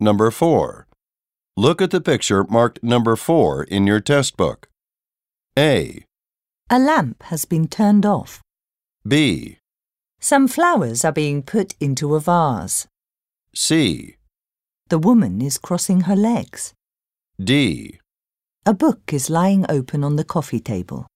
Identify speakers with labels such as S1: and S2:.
S1: Number 4. Look at the picture marked number 4 in your test book. A,
S2: A lamp has been turned off.
S1: B,
S2: Some flowers are being put into a vase.
S1: C,
S2: The woman is crossing her legs.
S1: D.
S2: A book is lying open on the coffee table.